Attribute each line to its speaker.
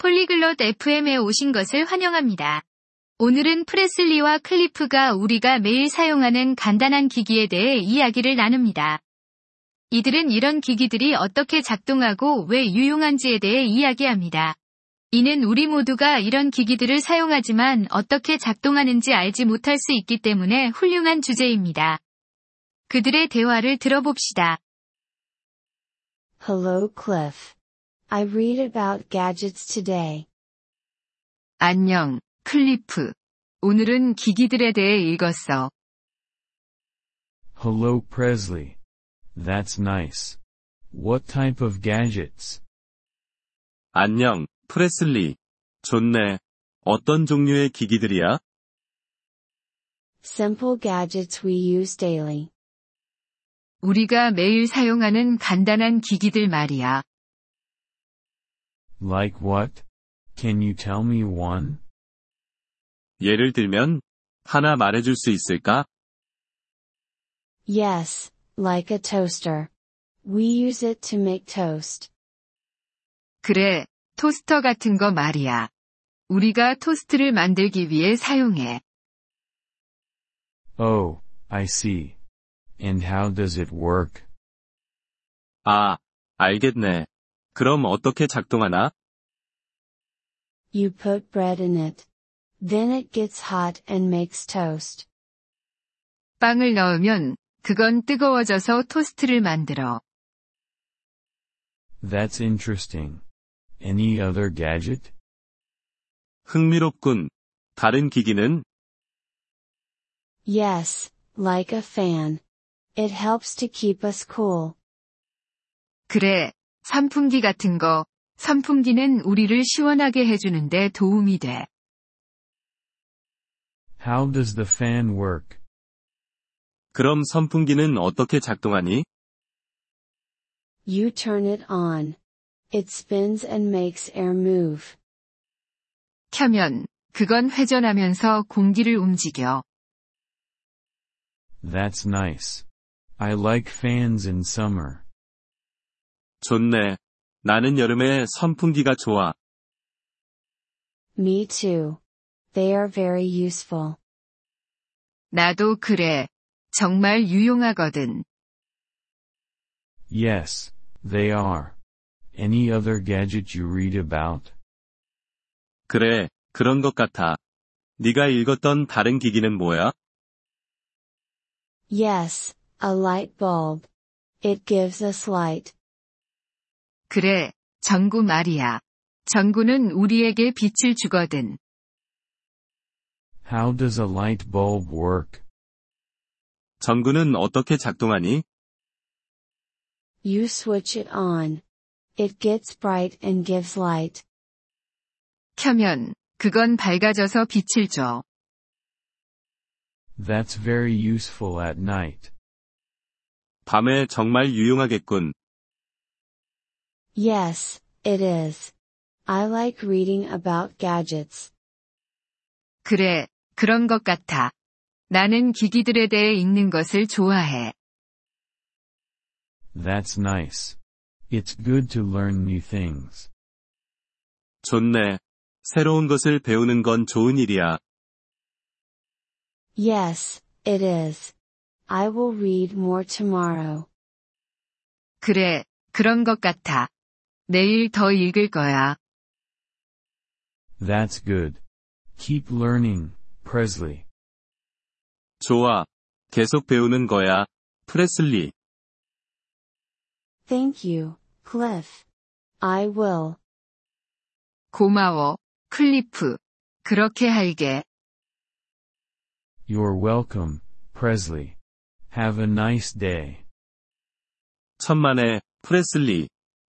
Speaker 1: 폴리글롯 FM에 오신 것을 환영합니다. 오늘은 프레슬리와 클리프가 우리가 매일 사용하는 간단한 기기에 대해 이야기를 나눕니다. 이들은 이런 기기들이 어떻게 작동하고 왜 유용한지에 대해 이야기합니다. 이는 우리 모두가 이런 기기들을 사용하지만 어떻게 작동하는지 알지 못할 수 있기 때문에 훌륭한 주제입니다. 그들의 대화를 들어봅시다.
Speaker 2: Hello, Cliff. I read about gadgets today.
Speaker 1: 안녕, 클리프. 오늘은 기기들에 대해 읽었어.
Speaker 3: Hello, Presley. That's nice. What type of gadgets?
Speaker 4: 안녕, 프레슬리. 좋네. 어떤 종류의 기기들이야?
Speaker 2: Simple gadgets we use daily.
Speaker 1: 우리가 매일 사용하는 간단한 기기들 말이야.
Speaker 3: Like what? Can you tell me one?
Speaker 4: 예를 들면, 하나 말해줄 수 있을까?
Speaker 2: Yes, like a toaster. We use it to make toast.
Speaker 1: 그래, 토스터 같은 거 말이야. 우리가 토스트를 만들기 위해 사용해.
Speaker 3: Oh, I see. And how does it work?
Speaker 4: 아, 알겠네. 그럼 어떻게 작동하나?
Speaker 2: You put bread in it. Then it gets hot and makes toast.
Speaker 1: 빵을 넣으면 그건 뜨거워져서 토스트를 만들어.
Speaker 3: That's interesting. Any other gadget?
Speaker 4: 흥미롭군. 다른 기기는?
Speaker 2: Yes, like a fan. It helps to keep us cool.
Speaker 1: 그래, 선풍기 같은 거. 선풍기는 우리를 시원하게 해주는데 도움이 돼.
Speaker 3: How does the fan work?
Speaker 4: 그럼 선풍기는 어떻게 작동하니?
Speaker 2: You turn it on. It spins and makes air move.
Speaker 1: 켜면 그건 회전하면서 공기를 움직여.
Speaker 3: That's nice. I like fans in summer.
Speaker 4: 좋네. 나는 여름에 선풍기가 좋아.
Speaker 2: Me too. They are very useful.
Speaker 1: 나도 그래. 정말 유용하거든.
Speaker 3: Yes, they are. Any other gadget you read about?
Speaker 4: 그래, 그런 것 같아. 네가 읽었던 다른 기기는 뭐야?
Speaker 2: Yes, a light bulb. It gives us light.
Speaker 1: 그래, 전구 말이야. 전구는 우리에게 빛을 주거든.
Speaker 3: How does a light bulb work?
Speaker 4: 전구는 어떻게 작동하니?
Speaker 2: You switch it on. It gets bright and gives light.
Speaker 1: 켜면 그건 밝아져서 빛을 줘.
Speaker 3: That's very useful at night.
Speaker 4: 밤에 정말 유용하겠군.
Speaker 2: Yes, it is. I like reading about gadgets.
Speaker 1: 그래, 그런 것 같아. 나는 기기들에 대해 읽는 것을 좋아해.
Speaker 3: That's nice. It's good to learn new things.
Speaker 4: 좋네. 새로운 것을 배우는 건 좋은 일이야.
Speaker 2: Yes, it is. I will read more tomorrow.
Speaker 1: 그래, 그런 것 같아. 내일 더 읽을 거야.
Speaker 3: That's good. Keep learning, Presley.
Speaker 4: 좋아. 계속 배우는 거야. 프레슬리.
Speaker 2: Thank you, Cliff. I will.
Speaker 1: 고마워, 클리프. 그렇게 할게.
Speaker 3: You're welcome, Presley. Have a nice day.
Speaker 4: 천만에, 프레슬리.